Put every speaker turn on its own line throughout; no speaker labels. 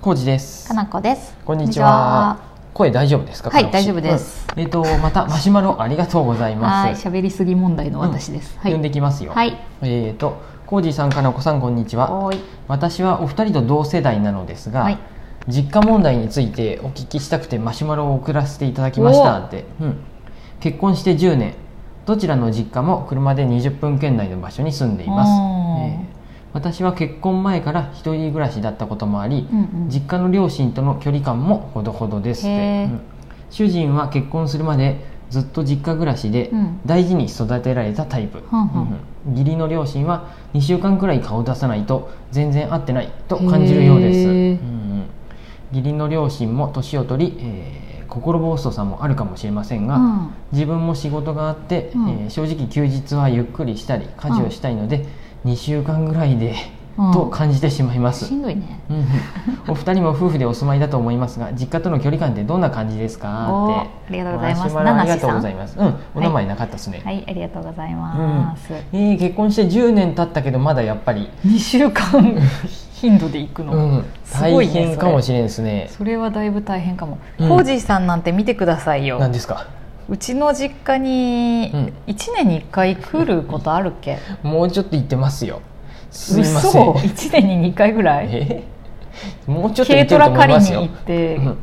コウジです
か。なこです。
こんにちは。声大丈夫ですか？
はい
この口
大丈夫です。
うんえっとまたマシュマ ロありがとうござい
こんにちは。は
ま
い、
す。
喋りすぎ問題の私です。
うん
はい。
呼んできますよ。
はい。
えっとコウジさんかなこさんこんにちは。
おーい。
私はお二人と同世代なのですが、
はい
実家問題についてお聞きしたくてマシュマロを送らせていただきましたって、うん、結婚して10年どちらの実家も車で20分圏内の場所に住んでいます、
おー
えー私は結婚前から一人暮らしだったこともあり、
うんうん
実家の両親との距離感もほどほどですっ
へ
て、
ー
うん主人は結婚するまでずっと実家暮らしで
うん
大事に育てられたタイプ、
はんはん
うんうん義理の両親は2週間くらい顔を出さないと全然合ってないと感じるようです、
へ
うん
ー
うん義理の両親も年を取り、えー心細さもあるかもしれませんが、
うん。
自分も仕事があって、
うん
えー正直休日はゆっくりしたり家事をしたいので、2週間ぐらいで、
うん
と感じてしまいます
しんどいね。
うんうんお二人も夫婦でお住まいだと思いますが実家との距離感ってどんな感じです
おー
かって
ありがとうございます
お話もありがとうございますうんお名
は
前なかったですね、
はい、ありがとうございます。
えー結婚して10年経ったけどまだやっぱり、
二、週間 頻度で行く
う
の。
ん、
すご
大
いね
変かもしれんですね
それはだいぶ大変かも。
うん
コージーさんなんて見てくださいよ
何。ですか
うちの実家に
うん
一年に一回来ることあるっけ？
もうちょっと言ってますよすいません
嘘。一年に二回ぐらい。
えーもうちょっと言って
軽
ると
トラ
思い
借り
ます
に
よ
行って、
うん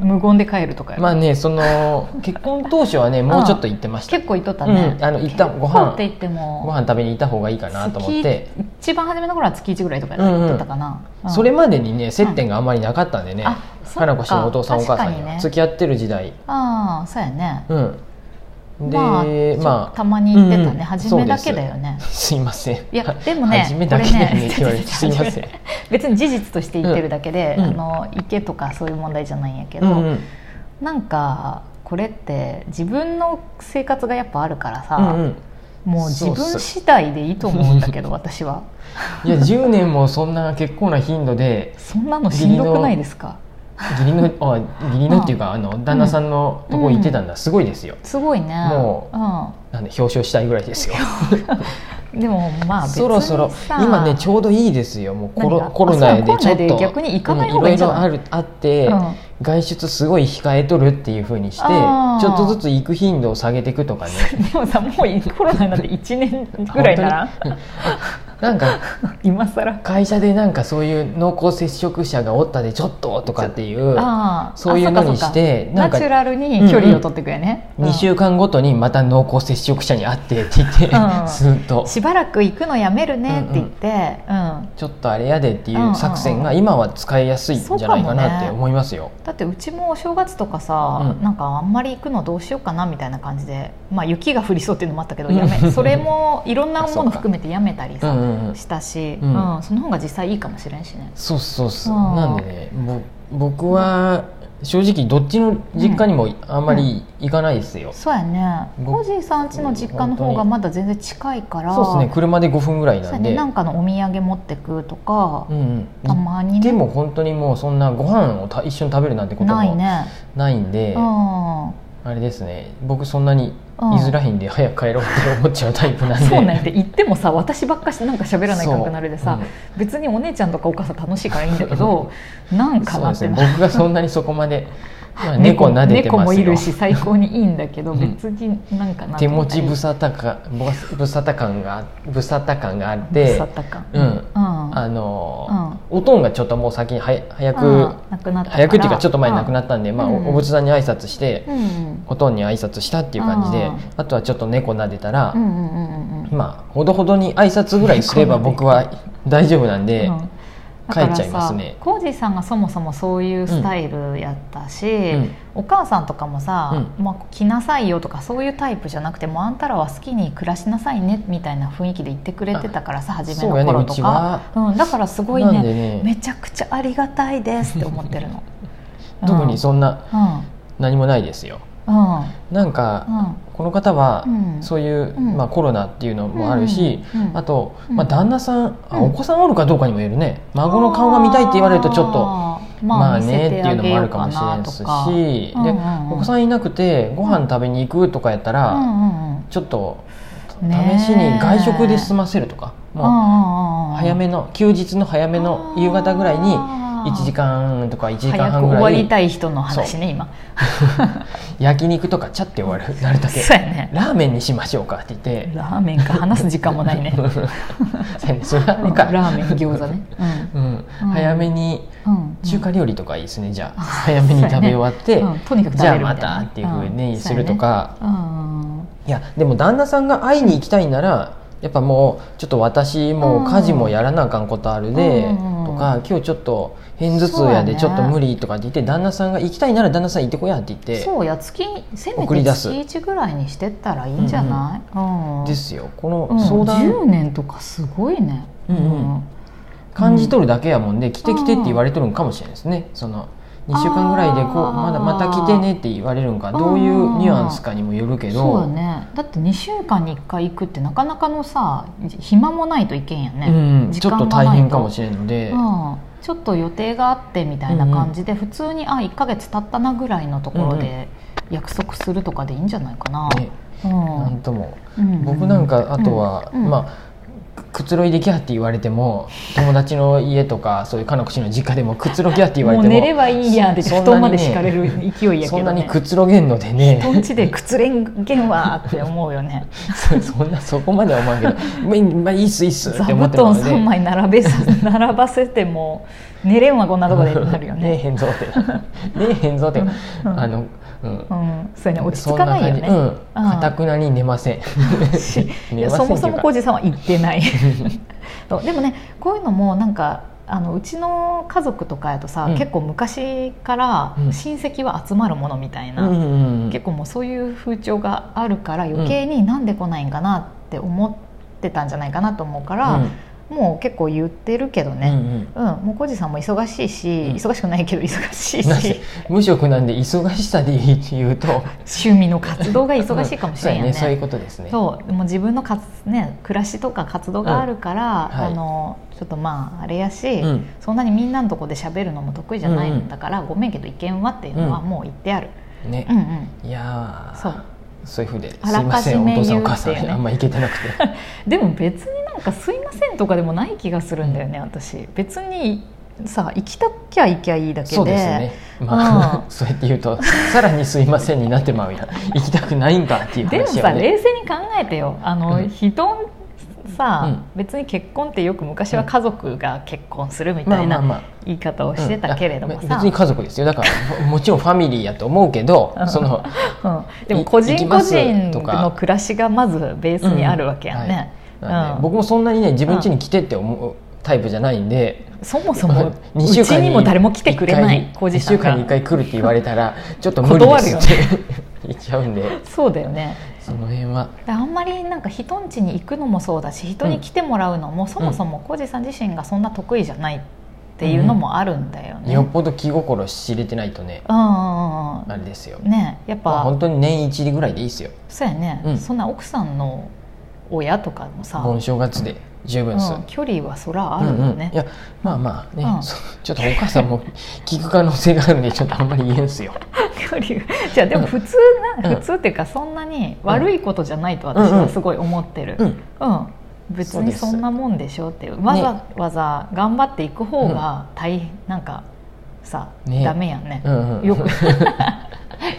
無言で帰るとかやろ。
まあねその結婚当初はねもうちょっと言ってました
結構行っとったね。
うんあの行った
結
ご
構
飯
って言っても
ご飯食べに行った方がいいかなと思って
月一番初めの頃は月1ぐらいとかだったかな、うん
それまでにね接点があんまりなかったんでね、
うんあそっか
花子氏のお父さんお母さん
確かに
が
ね
付き合ってる時代、
ああそうやね
うんで
まあ、
ま あ
たまに行ってたね、
うんうん
初めだけだよね
そうですすいません
いやでもね
初めだけだよねって 言われて
こ
すい
れね
ません、
別に事実として言ってるだけで、
うん
あの池とかそういう問題じゃないんやけ
う
ど、
んうん
なんかこれって自分の生活がやっぱあるからさ、
うんうん
もう自
そうそう
分次第でいいと思うんだけど私は
いや10年もそんな結構な頻度で
そんなのしんどくないですか
義理のあ義理のっていうかあの旦那さんのとこ行ってたんだ、すごいですよ
すごいね
も
うん
なんで表彰したいぐらいですよ
でもまあ別にさ
そろそろ今ねちょうどいいですよもうコ
何
ロ
が
コロナで
あ
ち
そ
ょ
う
っと
コロナで逆に行かない
うん
方がいいんじゃな
ろ
い
いろあるあって、
うん
外出すごい控えとるっていうふうにしてち
あー
ょっとずつ行く頻度を下げていくとかね
でもさもうコロナになって1年 ぐらいなら
本当に うんなんか
今更
会社でなんかそういう濃厚接触者がおったでちょっととかっていう
ああ
そういうのにして
あそ
な
っかそっか
んか
ナチュラルに距離を取っていくよね、うん
2週間ごとにまた濃厚接触者に会ってって言って、
うん
ずっと
しばらく行くのやめるねって言って、うん
ちょっとあれやでっていう作戦が今は使いやすいんじゃないかなって思いますよ。
だってうちもお正月とかさ、
うん
なんかあんまり行くのどうしようかなみたいな感じで、まあ、雪が降りそうっていうのもあったけど、
うん
やめそ れもいろんなもの含めてやめたり
う
さ、
んうんうん
したし、
う
うんんその方が実際いいかもしれんしね。
そうそうそう
うん
なんでねぼ僕は正直どっちの実家にもあんまり行かないですよ、
そうやね
僕
コージーさん家の実家の方がまだ全然近いから
そうですね車で5分ぐらい
そう
な
や
んで
ねなんかのお土産持ってくとか、
うんう
た
ん
まに
で
ね
も本当にもうそんなご飯をた一緒に食べるなんてこと
ない
も
ね、
ないんで
うん
あれですね僕そんなに
うん
居づらいんで早く帰ろうって思っちゃうタイプなんで
そうなんやって言ってもさ私ばっかしなんか喋らないかんくなるでさ、
そう
別にお姉ちゃんとかお母さん楽しいからいいんだけどなんか
そう
な
で
っ
す
て
ね
な
僕がそんなにそこまで、まあ、猫
猫
撫でて
猫
ま
も
す
い
よ
るし最高にいいんだけど、
うん
別になんかな
手持ちぶ
さ
さたかぼぶさた感がぶさた感があっ
ぶ
て
さったか
うん
うん
あのーおとんがちょっともう先にはや早く
ああなくなったか
早
ら
くっていうかちょっと前に亡くな
っ
ったんで、まあ、
うん
おお仏さんに挨拶して
た、うん
おとんに挨拶したっていう感じで
あ
あとはちょっと猫撫でたら
う、んうんうんうんうん
まあほどほどに挨拶ぐらいすれば
猫撫で
僕は大丈夫なんで、
うん
帰っちゃいますね
だからさコージーさんがそもそもそういうスタイルやったし、
ん
お母さんとかもさ、まあ、来なさいよとかそういうタイプじゃなくてもうあんたらは好きに暮らしなさいねみたいな雰囲気で言ってくれてたからさ初めの頃と
そうやね
かう、ん、だからすごい
なん
ね
でね。
めちゃくちゃありがたいですって思ってるの
特にそんな
うん、うん
何もないですよ
うん
なんか、
うん
この方は
うん
そういう、
うん
まあ、コロナっていうのもあるし、
うんうん
あと、
うん
まあ、旦那さん、あ
うん
お子さんおるかどうかにもよるね孫の顔が見たいって言われるとちょっと
あー
ま
ま
あ
あ
ねっていうのもあるかもしれ
な
ない
い
ですし、
うん
で
うんうん
お子さんいなくてご飯食べに行くとかやったら、
うんうんうん
ちょっと
ねえ
試しに外食で済ませるとか、もう
も
早めの休日の早めの夕方ぐらいに1時間とか1時間
早
半
く
ぐ
終
ら
わ
い
りたい人の話ね今
焼肉とかちゃって終わるなるだけ
そうやね
ラーメンにしましょうかって言って
ラーメンか話す時間もな いね
そうやねそれはあ
ラ
れか
ーメン餃子ね
うん、早めに
うん、うん、
中華料理とかいいですね、じゃあ早め
そう
に
やね
食べ終わって、
うんとにかく食
じ
べ
ゃあ
るみた
ま
いな
たっていうふう
う
に
ん
するとか、
うん
いやでも旦那さんが会いに行きたいならやっぱもうちょっと私もう家事もやらなあかんことあるで、
うん
とか今日ちょっと偏頭痛やでち
そう
ょ
やね
っと無理とかって言って、旦那さんが行きたいなら旦那さん行ってこやって言って
そうや月せめ
送
て
り出す
月1ぐらいにしてったらいいんじゃない、うん
ですよこ
うん
の相談
10年とかすごいね、
うんうん感じ取るだけやもんで、来て来てって言われとるんかもしれないですねその2週間ぐらいでこう
あー
まだまた来てねって言われるんかどういうニュアンスかにもよるけ
そうだ
ど、
ねだって2週間に1回行くってなかなかのさ暇もないといけんやね、
うん、
時
ちょ
間
っ
も
と
ない
大変かもしれないので、
うん、ちょっと予定があってみたいな感じで、普通にあ1か月経ったなぐらいのところで約束するとかでいいんじゃないかな、
ねなんとも。
うんうん
僕なんかあとは、
うん
まあくつろいできゃって言われても友達の家とかそういうかの口の実家でもくつろぎゃって言われ
も
て
う
も
寝ればいいやんって
そ
布団まで敷かれ
そんなにね
る勢いやけど、ね、
そんなにくつろげんのでね
人んちでくつれんげんわーって思う よね
そ そんなそこまでは思わんけどまあいいまあいいっすいいっす
座
って
布
思
団
ってます
3枚並べさ並ばせても寝れんわこんなとこでってなるよ
ね
ね、
えへんぞ ってねえへんぞって
うん
あのうん
うん、そうやね落ち着かないよね
そんな感じうんかたくなに寝ませ ん
いやそもそも浩二さんは行っ てないそうでもねこういうのもなんかあのうちの家族とかやとさ、
うん
結構昔から
うん
親戚は集まるものみたいな、
うんうんうん
結構もうそういう風潮があるから余計になんで来ないんかなって思ってたんじゃないかなと思うから、もう結構言ってるけど
うんう
ね、
んうん
うんもう浩二さんも忙しいし、
うん
忙しくないけど忙しい
な
し
ぜ無職なんで忙しさで言うと
趣味の活動が忙しいかもしれんよ
うんそうやねそういうことですね
そうもう自分のかつ、ね、暮らしとか活動があるから、
うんはい
あのちょっとまああれやし、
うん
そんなにみんなのとこで喋るのも得意じゃな
う
い
んうん
んだから、ごめんけど意見はっていうのは
うん
もう言ってある、
ね
うん、うん
いやー
そう
そういうふうです
あ
い
ら
ま
か
せ
じ
んお
め
父さん
言
お
うっていう
母
ね
さんにあんま行けてなくて
でも別になんか「すいません」とかでもない気がするんだよね、私別にさ行きたきゃ行きゃいいだ けで
そうですねまあ、
うん
そうやって言うとさらに「すいません」になってまうやん行きたくないんかっていう
でも
話
さ
やね
冷静に考えてよあの、
うん
人んさ、
うん
別に結婚ってよく昔は家族が結婚するみ
ま
た
あ
い
まあ
な
まあ
言い方をしてたけれども
うん
さ、
あ別に家族ですよだからもも ちろんファミリーやと思うけどその
うん、でも
い
個人
行き
個
ます
人
とか
の暮らしがまずベースにあるわけや
うんんはい
ね。
なんで
うん
僕もそんなにね自分家に来てって思うタイプじゃないんで
そもそも
まあ
う
二週
ち
間
にも誰も来てくれない
一回
工事
一
さん
週間に
が
1回来るって言われたらちょっと無理ですって
断
言っちゃうんで
そうだよね
その辺は
だからあんまりなんか人ん家に行くのもそうだし人に来てもらうのもそもそも工事さん自身がそんな得意じゃないっていうのもあるんだよね。う
よ
ん
っぽど気心知れてないとね
うんうん
あれですよ
うんねやっ
まあ
ぱ
本当に年一ぐらいでいいですよ
そうやね、
うん
そんな奥さんの親とかもさ、
盆正月で十分です、
うん距離はそらあるよね。
うんうんいやまあまあね、
うん
そうちょっとお母さんも聞く可能性があるんでちょっとあんまり言えんすよ
距離が じゃあでも普通な、
うん
普通っていうかそんなに悪いことじゃないと私はすごい思ってる、
う
うん
ん
別
そう
に
です
そんなもんでしょっていうわざわざ頑張っていく方が大変、なんかさ、
ね
ダメやんね
う、んうん
よく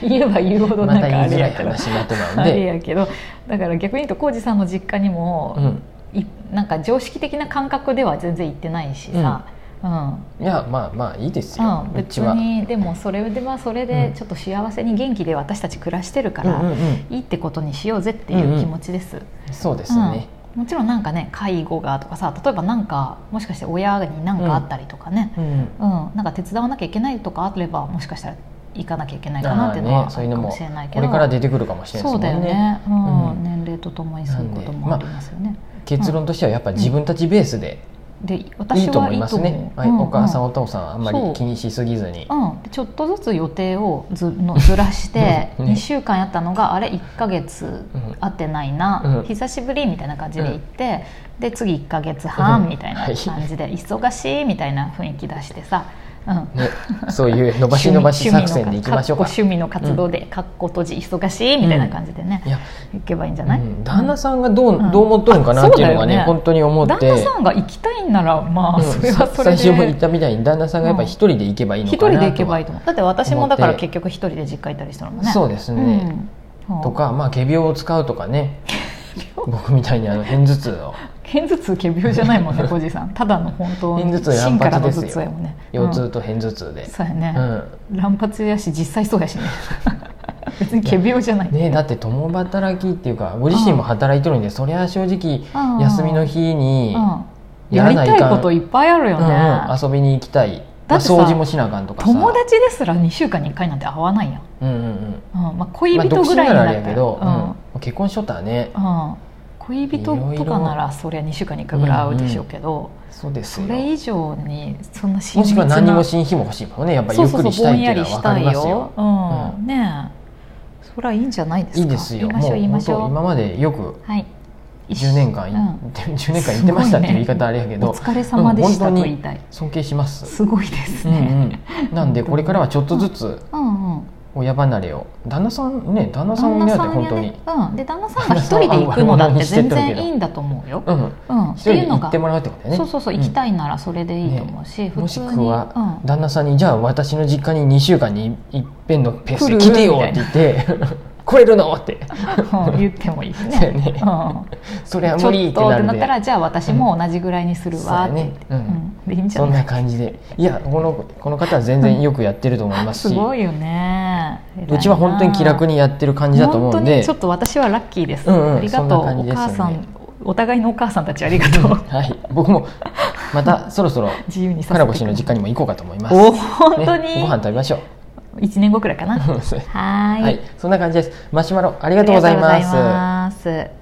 言えば言うほど
ま
なん
た
か
言
あ
い
れ
づらい
やけど、
話になってまうん
あれ
で、
やけどだから逆に言うと浩二さんの実家にも
う、ん、
いなんか常識的な感覚では全然行ってないしさ、うん、
いやまあまあいいですよ、
うん、
う
別
ちは、うん
にでもそれではそれ
う
で
ん
ちょっと幸せに元気で私たち暮らしてるか
う
ら、
んうん、
いいってことにしようぜっていう気持ちです。
そうですね、
うんもちろんなんかね介護がとかさ例えばなんかもしかして親に何かあったりとかね、
うん
うんなんか手伝わなきゃいけないとかあればもしかしたら行かなきゃいけないかなっていうの
あ
は
ーね
あ
そうい
る
う
か
の
も
も
しれないけ
こ
ど
れから出てくるかもしれない
そう
ですも
だよ
んね
ね、うん
うん
年齢とともにそういうこともありますよね。
結論としてはやっぱ自分たちベースで
で
い
私
いと
は
思
い
い
い
ま
と
すね、
思う
はい、
うん
お母さん、
うん
お父さんあんま
そう
り気にしすぎずに、
うん、でちょっとずつ予定をずのずらして
ね
2週間やったのがあれ1ヶ月
ん
会ってないな、
うん
久しぶりみたいな感じで行って、で次1ヶ月
うん
半みたい
は
ない感じで、忙しいみたいな雰囲気出してさうん
ね、そういう伸ばし伸ばし作戦でいきましょうか
趣味の活動で、かっこ閉じ忙しいみたいな感じでね、
いや、
いけばいいんじゃ
う
ない、
ん、旦那さんがどう,、
うん
どう思っとるんかな
あ
っていうのがね
そうだよね
本当に思って
旦那さんが行きたいんならまあ
うん
それはそれ
最初も言っ
で
たみたいに旦那さんがやっぱり一人で行けばいいの
一
かなと
人
は
で行けばいいと思うだって私もだから
思って
結局一人で実家行ったりしたのもんね
そうですね、
うん
とかまあ仮病を使うとかね僕みたいにあの片頭痛を
片頭痛仮病じゃないも んね小路さんただの本当
片頭
に
痛乱
芯から
発
の
で
頭
す
痛や
よ
もんね
腰
う
痛
ん
と片頭痛で、
そうやね、
うん
乱発やし実際そうやしね 別に仮病じゃない
ね、だって共働きっていうかご自身も働いてるんでそりゃ正直
うん
休みの日に
うん、
や
や
ら
り
な
た
いかん
いこといっぱいあるよ
う
ね、
んうん遊びに行きたい、ま
だ
あ
ってさ
掃除もしなあかんとかさ
友達ですら2週間に1回なんて会わないやん、
うんうんうん
うんまあ、恋
まあ
人
独
ぐ
身
らい
な
に
ら
な
あ
っ
れ
た
や
ら
けど、うん
うん
結婚しとったらね
うん恋人とかならそりゃ2週間に1回ぐらい会うでしょうけど、
そうです
そ
よ
れ以上にそんな親
もし
密
くは何も
な
しん日も欲しいもんねやっぱり
そ
ゆ
う
っ
そう
く
そ
り
う
した
ぼ
い
ん
っ
や
ていうのは分かり
りしたい
ます
よ
よ、、
うん
う
ねえそりゃいいんじゃないですか
いいですよ
言いましょう言い
もう
ま
本
しょう
当今までよく
はい
10年間、
うん
10年間言って ましたっていう言い方あれやけど、
お疲れ様でした
う
と
ん本当
言い
に
たい
尊敬します、
すごいです
うんう
ね、
ん、なんでこれからはちょっとずつ、
うんうん
親離れを旦那さんね旦那さんねだって本当に
旦那さんやねうん、で旦那さんが一人で行くのだって全然いいんだと思うよ。
うん
うん、っ
一人
てい
で
うの
行
が
って、もらうってことだよね
そうそうそう行き
い、
たいならそれでいいと思うし、
も
普
し
通
く
に、
は
うん
旦那さんにじゃあ私の実家に2週間にいっぺんのペースで
来る
来てよって言って 来れるのって
うん言ってもいいし
そうや
ね。
ね
うん
それは
ちょ
無
っ
理って
とっ
な
て
るん
なっ
で
たらじゃあ私も同じぐらいにするわっ
うん
て言って、
そうやね
うんでいいんじゃ
そん
ない
な感じでいやこのこの方は全然よくやってると思います
す
し
ごいよね
うちは本当に気楽
に
にやってる感じだと思うんで
本当にちょっと私はラッキーです、
うんうん
ありが
そ
と
ん
う
な感じ
お
ですよ
母
ね
さんお互いのお母さんたちありがとう
はい、僕もまたそろ そろ
自由にさ
か
せて
ら
く
ぼ
れ
しの実家にも行こうかと思います
お本当に、
ね、ご飯食べま しょう
一年後くらいかなは
そう
ーい
はい、そんな感じですマシュマロありがとうござい
あり
ま
がとう
す
ございます